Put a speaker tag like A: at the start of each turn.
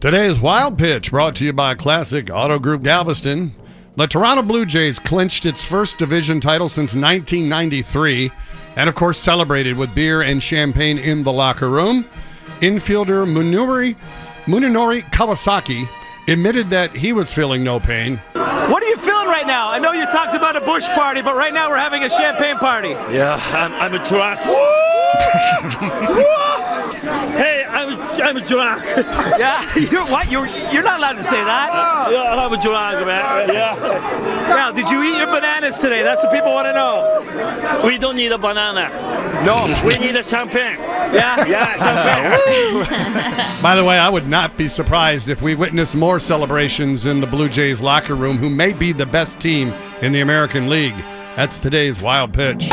A: Today's Wild Pitch brought to you by Classic Auto Group Galveston. The Toronto Blue Jays clinched its first division title since 1993 and, of course, celebrated with beer and champagne in the locker room. Infielder Munori, Munenori Kawasaki admitted that he was feeling no pain.
B: What are you feeling right now? I know you talked about a bush party, but right now we're having a champagne party.
C: Yeah, I'm, I'm a drunk. hey, I'm, I'm a drunk.
B: Yeah, you're what? You're you're not allowed to say that.
C: Yeah, I'm a drunk, man. Yeah.
B: Now, did you eat your bananas today? That's what people want to know.
C: We don't need a banana.
B: No.
C: We need a champagne.
B: Yeah.
C: Yeah, champagne.
A: By the way, I would not be surprised if we witness more celebrations in the Blue Jays locker room, who may be the best team in the American League. That's today's Wild Pitch.